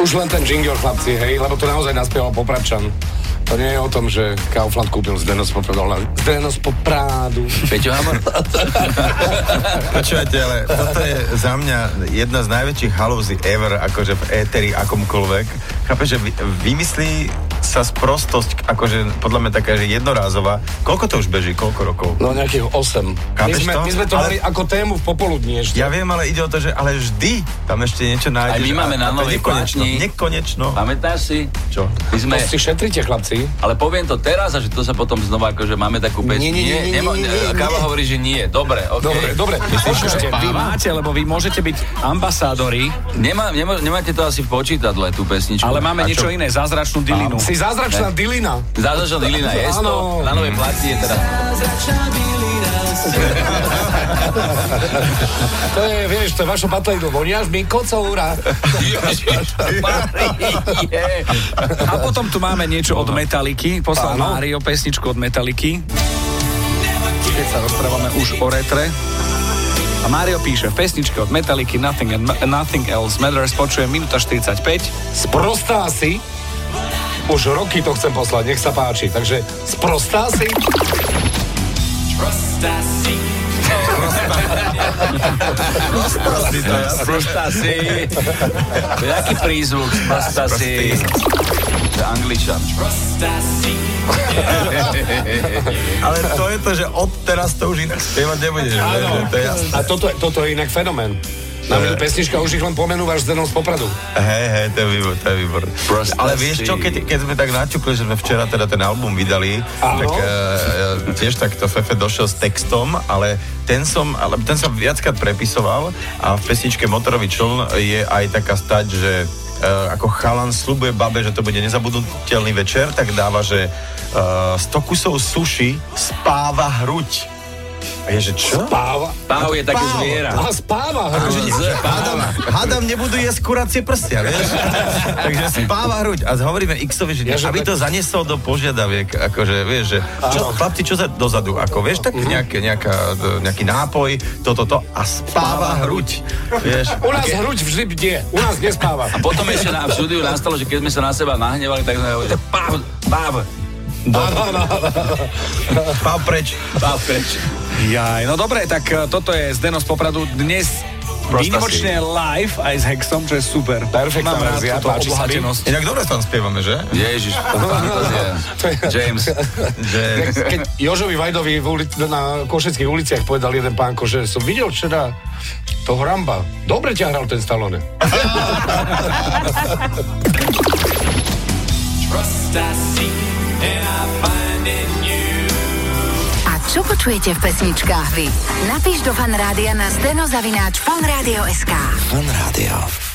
už len ten jingle, chlapci, hej, lebo to naozaj naspieval Poprabčan. To nie je o tom, že Kaufland kúpil Zdeno z Poprádu. Zdeno z Poprádu. Peťo Hamor? Počúvate, ale toto je za mňa jedna z najväčších halúzy ever, akože v éteri akomkoľvek. Chápeš, že vy- vymyslí sa sprostosť, akože podľa mňa taká, že jednorázová. Koľko to už beží, koľko rokov? No nejakých 8. My Chápeš sme, to? my sme to Ale- mali ako tému v popoludní ešte. Ja viem, ale ide o to, že ale vždy tam ešte niečo nájdeš. Aj my máme a- a na to je Novej Nekonečno, Platni. nekonečno. Pamätáš si? Čo? My sme, To si šetrite, chlapci. ale poviem to teraz a že to sa potom znova akože máme takú pečku. Nie, nie, nie, nie, nemo- e, nie, nie, nie. Káva hovorí, že nie. Dobre, OK. Dobre, dobre. Počkajte, Vy vy- máte, lebo vy môžete byť ambasádori, Nemá, nemá, nemáte to asi v počítadle, tú pesničku. ale máme A niečo čo? iné, zázračnú No. dilinu. Si zázračná dilina. Zázažná Dilina je to. Áno. Na novej platni je teda- teraz. To je, vieš, to je vašo patlejdo. Voniaš mi kocoura. Ježišmarie. A potom tu máme niečo od Metaliky, poslal Áno. Mário pesničku od Metaliky. Keď sa rozprávame už o retre. A Mário píše, v pesničke od Metaliky Nothing, and, Nothing Else Matters počujem minúta 45. Sprostá si. Už roky to chcem poslať, nech sa páči. Takže sprostá si. Prostá si. Jaký prízvuk? Prostá si. To je Angličan. Ale to je to, že od teraz to už inak spievať nebudeš. Áno. To je jasné. A toto, je- toto je inak fenomén. Na mňa pesnička, už ich len pomenúvaš Zdenom z Popradu. Hej, hej, to je výbor, to je výbor. Proste Ale vieš si. čo, keď, keď sme tak naťukli, že sme včera teda ten album vydali, Áno. tak e, e, tiež takto Fefe došiel s textom, ale ten som, ale ten som viackrát prepisoval a v pesničke Motorový čln je aj taká stať, že e, ako chalan slubuje babe, že to bude nezabudnutelný večer, tak dáva, že e, 100 kusov suši spáva hruď. A je, že čo? Páva. Páv je také Páv. zviera. A spáva. hru. Že- že Hádam, hádam nebudú jesť kuracie prstia, vieš? Takže spáva hruď a hovoríme Xovi, že Ja, že aby tak- to zanesol do požiadaviek, akože, vieš, že čo, chlapci, čo za dozadu, ako, vieš, tak Mhm. nejaké, nejaká, nejaký nápoj, toto, to, a spáva hruď, vieš? U nás hruď vždy bdie. U nás nespáva. Potom ešte nám v štúdiu nastalo, že keď sme sa na seba nahnevali, tak sme hovorili, že páv, páv, Spáv preč. páv preč. Jaj, no dobre, tak e, toto je Zdeno z Popradu dnes Prostá výnimočne live aj s Hexom, čo je super. Perfektná Mám rád verzia, túto páči sa mi. obohatenosť. Inak dobre tam spievame, že? Ježiš, fantázia. James. Že... Keď Jožovi Vajdovi v uli- na Košeckých uliciach povedal jeden pánko, že som videl včera toho Ramba. Dobre ťa hral ten Stallone. A čo počujete v pesničkách vy? Napíš do fanrádia na steno zavináč fanradio.sk. Fan Rádio.